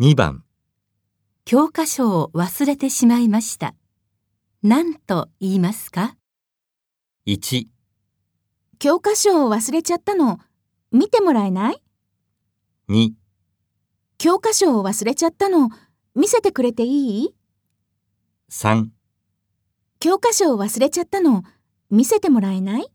2番、教科書を忘れてしまいました。何と言いますか1、教科書を忘れちゃったの。見てもらえない2、教科書を忘れちゃったの。見せてくれていい3。教科書を忘れちゃったの。見せてもらえない